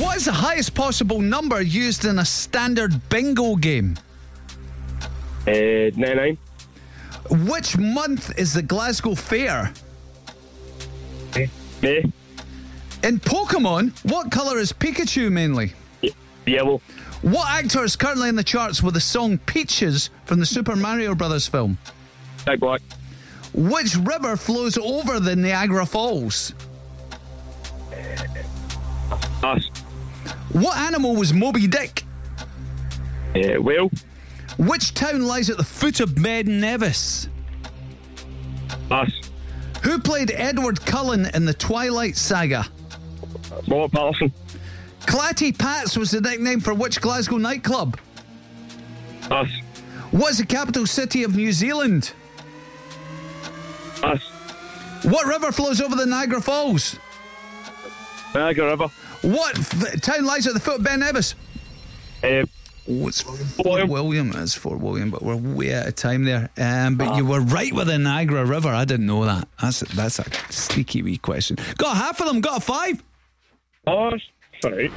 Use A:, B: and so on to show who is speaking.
A: What is the highest possible number used in a standard bingo game?
B: Uh, 99.
A: Which month is the Glasgow Fair?
B: May.
A: In Pokemon, what colour is Pikachu mainly?
B: Ye- Yellow.
A: What actor is currently in the charts with the song Peaches from the Super Mario Brothers film?
B: Big Black.
A: Which river flows over the Niagara Falls?
B: Pass.
A: What animal was Moby Dick?
B: Uh, well.
A: Which town lies at the foot of Med Nevis?
B: Pass.
A: Who played Edward Cullen in the Twilight Saga?
B: Robert Patterson.
A: Clatty Pats was the nickname for which Glasgow nightclub?
B: Pass.
A: What is the capital city of New Zealand?
B: Pass.
A: What river flows over the Niagara Falls?
B: Niagara River.
A: What f- town lies at the foot of Ben Nevis?
B: Uh,
A: Oh, it's Fort William.
B: William.
A: It's Fort William, but we're way out of time there. Um, but you were right with the Niagara River. I didn't know that. That's that's a sneaky wee question. Got half of them. Got a five.
B: oh, sorry.